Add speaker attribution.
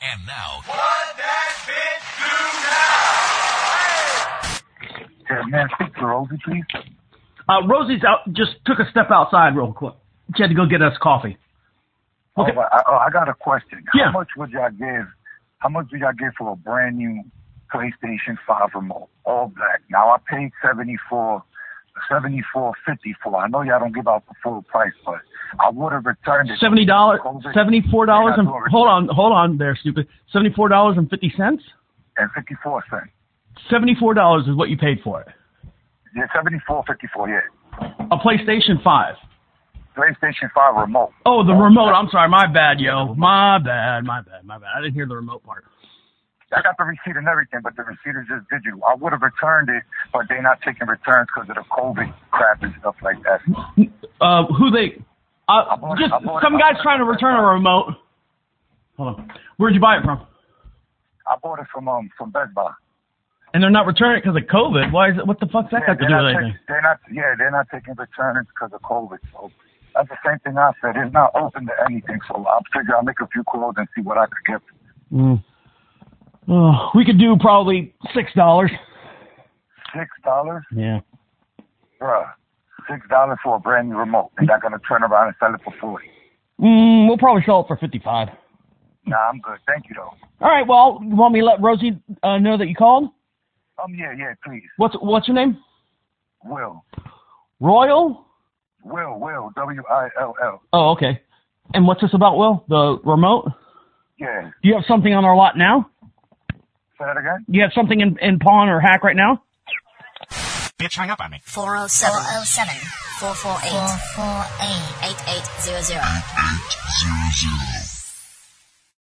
Speaker 1: And now,
Speaker 2: Uh, may I speak to Rosie, please?
Speaker 3: Uh, Rosie's out. Just took a step outside real quick. She had to go get us coffee. Okay.
Speaker 2: Oh, but I, oh, I got a question.
Speaker 3: Yeah.
Speaker 2: How much would y'all give? How much would y'all give for a brand new PlayStation Five remote, all black? Now I paid seventy four, seventy four fifty four. I know y'all don't give out the full price, but I would have returned it.
Speaker 3: Seventy dollars, seventy four dollars, and
Speaker 2: Yeah, that's what we're-
Speaker 3: hold on, hold on, there, stupid. Seventy four dollars and fifty cents.
Speaker 2: and fifty four cents.
Speaker 3: Seventy four dollars is what you paid for it.
Speaker 2: Yeah, seventy four fifty four. Yeah,
Speaker 3: A PlayStation Five.
Speaker 2: PlayStation Five remote.
Speaker 3: Oh, the remote. I'm sorry, my bad, yo. My bad, my bad, my bad. I didn't hear the remote part.
Speaker 2: I got the receipt and everything, but the receipt is just digital. I would have returned it, but they're not taking returns because of the COVID crap and stuff like that.
Speaker 3: Uh, who they? Uh,
Speaker 2: bought it,
Speaker 3: just
Speaker 2: I bought it,
Speaker 3: some
Speaker 2: I
Speaker 3: guy's
Speaker 2: bought it.
Speaker 3: trying to return a remote. Hold on. Where'd you buy it from?
Speaker 2: I bought it from um from Best Buy.
Speaker 3: And they're not returning it because of COVID. Why is it? What the fuck's that got to
Speaker 2: they're
Speaker 3: do
Speaker 2: not
Speaker 3: with
Speaker 2: taking-
Speaker 3: anything?
Speaker 2: They're not, yeah, they're not taking returns because of COVID. So that's the same thing I said. It's not open to anything. So I'll figure I'll make a few calls and see what I could get.
Speaker 3: Mm. Oh, we could do probably six dollars.
Speaker 2: Six dollars,
Speaker 3: Yeah.
Speaker 2: bruh. Six dollars for a brand new remote, and they're gonna turn around and sell it for forty.
Speaker 3: Mm, we'll probably sell it for fifty-five.
Speaker 2: Nah, I'm good. Thank you though.
Speaker 3: All right. Well, you want me to let Rosie uh, know that you called?
Speaker 2: Um, yeah, yeah, please.
Speaker 3: What's what's your name?
Speaker 2: Will,
Speaker 3: Royal.
Speaker 2: Will, Will, W I L L.
Speaker 3: Oh, okay. And what's this about, Will? The remote?
Speaker 2: Yeah.
Speaker 3: Do you have something on our lot now?
Speaker 2: Say that again.
Speaker 3: Do you have something in, in pawn or hack right now?
Speaker 1: bitch, hang up on me.
Speaker 4: 407 448 448 8800.